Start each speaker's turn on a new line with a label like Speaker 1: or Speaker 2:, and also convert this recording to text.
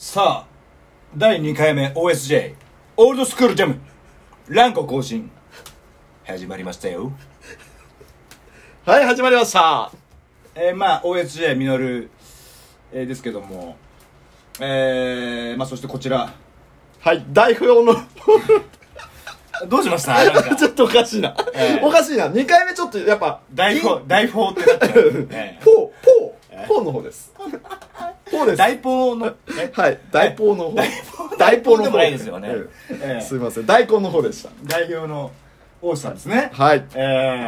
Speaker 1: さあ第2回目 OSJ オールドスクールジャムランコ更新始まりましたよ
Speaker 2: はい、始まりました。
Speaker 1: えーまあ OSJ ミノル、えーですけどもえー、まあそしてこちら
Speaker 2: はい、代表の、
Speaker 1: どうしましたなんか
Speaker 2: ちょっとおかしいな。
Speaker 1: ええ
Speaker 2: おかしいな。2回目ちょっと、やっぱ、
Speaker 1: 大 砲大砲ってなっちゃ
Speaker 2: 銀、
Speaker 1: う、 え
Speaker 2: ポー、ポー、ポーの 方です。ポーで
Speaker 1: ー、
Speaker 2: す。は
Speaker 1: 大砲のえ
Speaker 2: い、大ポーの方。
Speaker 1: 大砲
Speaker 2: 大
Speaker 1: でもないですよね
Speaker 2: ええ
Speaker 1: ええ
Speaker 2: すいません、大根の方でした。
Speaker 1: 代表の王さんですね
Speaker 2: はい。
Speaker 1: え